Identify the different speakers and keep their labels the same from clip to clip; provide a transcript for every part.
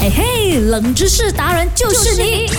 Speaker 1: 嘿哎嘿，冷知识达人就是你。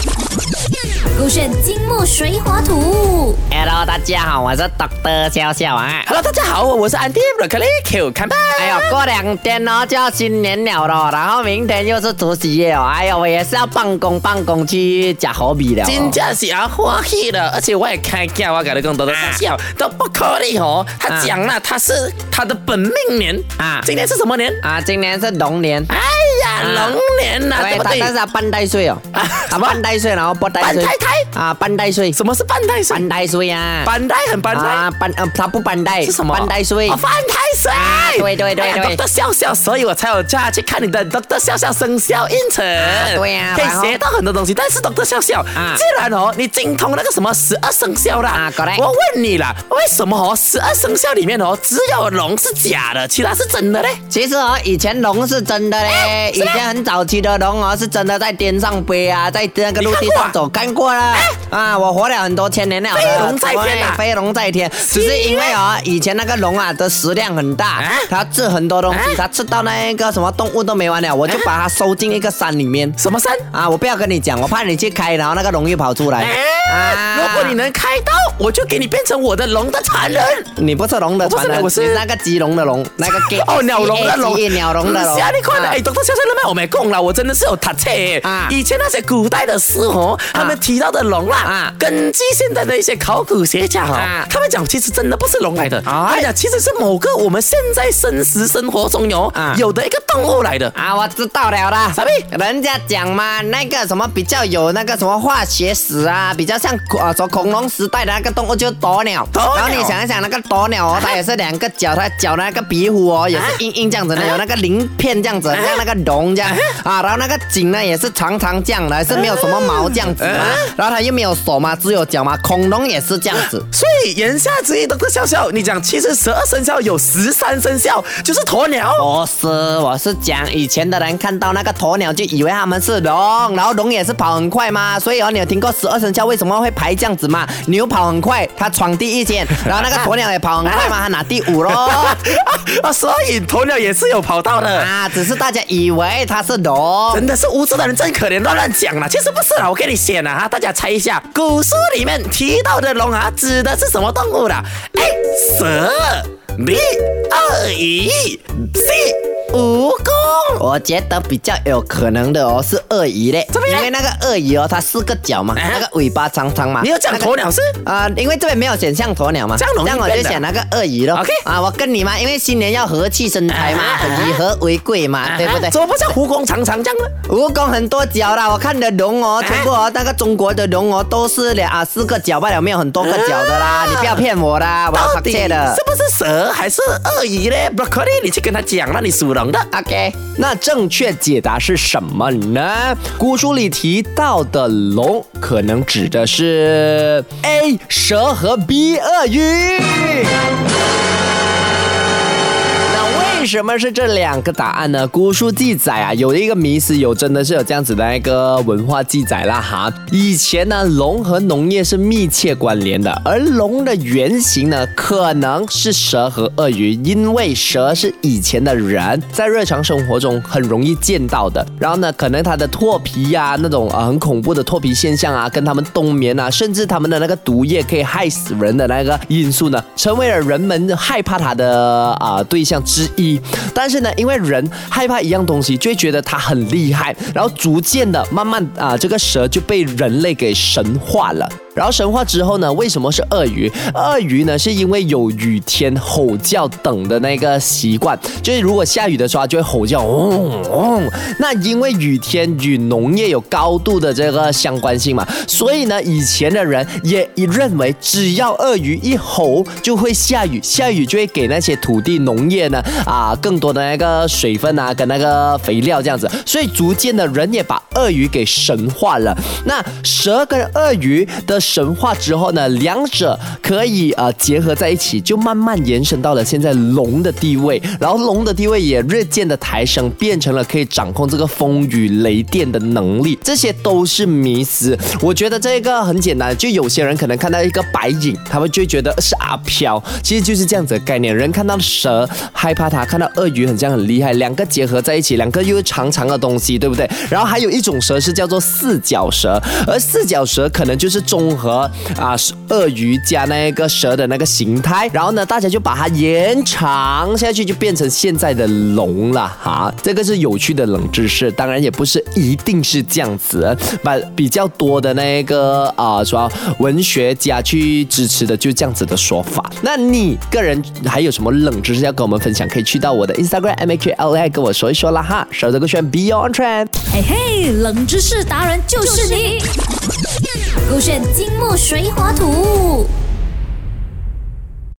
Speaker 1: 勾选金木水火土。
Speaker 2: Hello，大家好，我是 Doctor 笑笑啊。
Speaker 3: Hello，大家好，我是 Andy Broccoli Q 看吧。
Speaker 2: 哎呦，过两天哦就要新年了咯，然后明天又是除夕夜哦，哎呦，我也是要办公办公去假好比了哦。
Speaker 3: 真正是啊欢喜了，而且我也开价，我跟你讲，多多笑笑都不可以哦。他讲了，他是他的本命年
Speaker 2: 啊
Speaker 3: 啊，今年是什么年？
Speaker 2: 啊，今年是龙年，
Speaker 3: 哎呀，龙年呐，对
Speaker 2: 对，
Speaker 3: 不
Speaker 2: 他
Speaker 3: 对
Speaker 2: 但？是他半代岁哦，
Speaker 3: 啊
Speaker 2: 啊，半代岁，然后不代岁，
Speaker 3: 半太太
Speaker 2: 啊，半代岁，
Speaker 3: 什么是半太岁
Speaker 2: 半？代岁呀，
Speaker 3: 半太很半太
Speaker 2: 啊，半呃，他不半代
Speaker 3: 是什么？
Speaker 2: 半代岁
Speaker 3: 哦，半太岁。
Speaker 2: 对对对对
Speaker 3: 多笑笑，所以我才有叫他去看你的多笑笑生肖运程。
Speaker 2: 对呀
Speaker 3: 可以
Speaker 2: 然后
Speaker 3: 学到很多东西。但是多笑笑
Speaker 2: 啊，
Speaker 3: 既然哦，你精通那个什么十二生肖啦，
Speaker 2: 啊，correct
Speaker 3: 我问你啦，为什么哦十二生肖里面哦只有龙是假的，其他是真的嘞？
Speaker 2: 其实哦，以前龙是真的嘞，
Speaker 3: 哎
Speaker 2: 以前很早期的龙哦，是真的在天上飞啊，在那个陆地上走，看过了啊，我活了很多千年了的，
Speaker 3: 哎飞龙在天啊
Speaker 2: 对飞龙在天，只是因为哦，以前那个龙啊的食量很大
Speaker 3: 啊，
Speaker 2: 它吃很多东西
Speaker 3: 啊，
Speaker 2: 它吃到那个什么动物都没
Speaker 3: 哎
Speaker 2: 完了，我就把它收进一个山里面
Speaker 3: 什么山？
Speaker 2: 啊，我不要跟你讲，我怕你去开，然后那个龙又跑出来啊
Speaker 3: 哎，如果你能开刀，我就给你变成我的龙的传人。
Speaker 2: 你不是龙的传人，
Speaker 3: 我不是
Speaker 2: 你那个吉龙的龙，那个
Speaker 3: 哦，鸟笼的笼
Speaker 2: G A G E，，鸟笼的龙，
Speaker 3: 吓你快了！
Speaker 2: 啊
Speaker 3: 哎，懂得先生那边我没空了，我真的是有读册耶
Speaker 2: 啊
Speaker 3: 以前那些古代的诗哦，他们提到的龙啦，
Speaker 2: 啊
Speaker 3: 根据现在的一些考古学家
Speaker 2: 啊
Speaker 3: 哦，他们讲其实真的不是龙来的，
Speaker 2: 哎
Speaker 3: 他们讲其实是某个我们现在真实生活中有
Speaker 2: 啊
Speaker 3: 有的一个动物来的。
Speaker 2: 啊，我知道了啦。
Speaker 3: 傻逼
Speaker 2: 人家讲嘛，那个什么比较有那个什么化学史啊，比较像啊，说恐龙时代的那个动物就鸵鸟。
Speaker 3: 鸵鸟
Speaker 2: 然后你想一想，那个鸵鸟哦，它也是两个脚，它脚那个鼻虎哦，也是硬硬这样子的，有那个鳞片这样子，像那个龙这样啊。然后那个颈呢也是长长这样的，是没有什么毛这样子嘛。然后它又没有手嘛，只有脚嘛。恐龙也是这样子。
Speaker 3: 所以言下之意，都是笑笑，你讲其实十二生肖有十三生肖，就是鸵鸟。
Speaker 2: 不是，我是讲以前的人看到那个鸵鸟就以为它们是龙，然后龙也是跑很快嘛，所以哦，你有听过十二生肖为什么会排这样子嘛？牛跑很快，它闯第一线，然后那个鸵鸟也跑很快嘛，它拿第 五咯。
Speaker 3: 啊，所以鸵鸟也是有跑道的。
Speaker 2: 啊，只是大家以为它是龙
Speaker 3: 真。的是无知的人真可怜，乱乱讲了。其实不是啦，我跟你写了哈，大家猜一下，古书里面提到的龙啊，指的是什么动物啦？A 蛇，B 鳄鱼，C 蜈蚣。
Speaker 2: 我觉得比较有可能的哦，是鳄鱼嘞，
Speaker 3: 么样
Speaker 2: 因为那个鳄鱼哦，它四个脚嘛，
Speaker 3: 啊
Speaker 2: 那个尾巴长长嘛。
Speaker 3: 你有讲鸵鸟是？
Speaker 2: 啊、因为这边没有选项鸵鸟嘛，
Speaker 3: 这样容易
Speaker 2: 我就
Speaker 3: 变的
Speaker 2: 选那个鳄鱼咯。
Speaker 3: OK
Speaker 2: 啊，我跟你嘛，因为新年要和气生财 嘛，
Speaker 3: 啊
Speaker 2: 以和为贵嘛，哎对不对
Speaker 3: 啊？怎么不像蜈蚣常常这样呢？
Speaker 2: 蜈蚣很多脚啦，我看的龙哦，
Speaker 3: 啊
Speaker 2: 全部哦，那个中国的龙哦，都是两啊四个脚罢了，没有很多个脚的啦，
Speaker 3: 啊
Speaker 2: 你不要骗我啦，我要
Speaker 3: 到
Speaker 2: 发
Speaker 3: 底
Speaker 2: 泄的
Speaker 3: 是。不是蛇还是鳄鱼呢？Broccoli，你去跟他讲了，你属龙的。
Speaker 2: OK，
Speaker 4: 那正确解答是什么呢？古书里提到的龙，可能指的是 A 蛇和 B 鳄鱼。那为什么是这两个答案呢？古书记载啊，有一个迷思，有真的是有这样子的一个文化记载啦哈。以前呢，龙和农业是密切关联的，而龙的原型呢，可能是蛇和鳄鱼，因为蛇是以前的人在日常生活中很容易见到的。然后呢，可能它的脱皮呀、那种啊很恐怖的脱皮现象啊，跟它们冬眠啊，甚至它们的那个毒液可以害死人的那个因素呢，成为了人们害怕它的啊、对象之一。但是呢，因为人害怕一样东西，就会觉得它很厉害，然后逐渐的慢慢啊、这个蛇就被人类给神化了。然后神话之后呢，为什么是鳄鱼？鳄鱼呢，是因为有雨天吼叫等的那个习惯，就是如果下雨的时候它就会吼叫，嗡、嗡。那因为雨天与农业有高度的这个相关性嘛，所以呢，以前的人也认为只要鳄鱼一吼就会下雨，下雨就会给那些土地农业呢啊更多的那个水分啊跟那个肥料这样子，所以逐渐的人也把鳄鱼给神化了。那蛇跟鳄鱼的神话之后呢，两者可以呃结合在一起，就慢慢延伸到了现在龙的地位，然后龙的地位也日渐的抬升，变成了可以掌控这个风雨雷电的能力，这些都是迷思。我觉得这个很简单，就有些人可能看到一个白影，他们就会觉得是阿飘，其实就是这样子的概念。人看到蛇害怕它，看到鳄鱼很像很厉害，两个结合在一起，两个又是长长的东西，对不对？然后还有一种蛇是叫做四脚蛇，而四脚蛇可能就是综合啊鳄鱼加那个蛇的那个形态，然后呢，大家就把它延长下去，就变成现在的龙了哈。这个是有趣的冷知识，当然也不是一定是这样子，把比较多的那个啊、主要文学家去支持的就这样子的说法。那你个人还有什么冷知识要跟我们分享？可以去到我的 Instagram m h l i 跟我说一说啦哈。守着个圈 Beyond Trend。
Speaker 1: 嘿哎嘿，冷知识达人就是你，勾选金木水火土。